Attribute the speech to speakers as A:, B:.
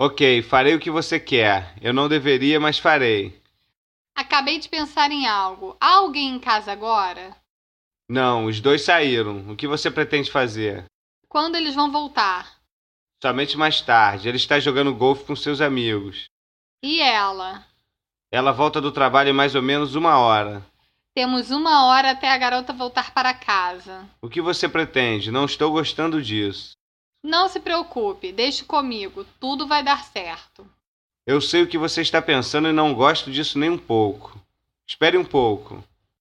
A: Ok, farei o que você quer. Eu não deveria, mas farei.
B: Acabei de pensar em algo. Há alguém em casa agora?
A: Não, os dois saíram. O que você pretende fazer?
B: Quando eles vão voltar?
A: Somente mais tarde. Ele está jogando golfe com seus amigos.
B: E ela?
A: Ela volta do trabalho em mais ou menos uma hora.
B: Temos uma hora até a garota voltar para casa.
A: O que você pretende? Não estou gostando disso.
B: Não se preocupe, deixe comigo. Tudo vai dar certo.
A: Eu sei o que você está pensando e não gosto disso nem um pouco. Espere um pouco.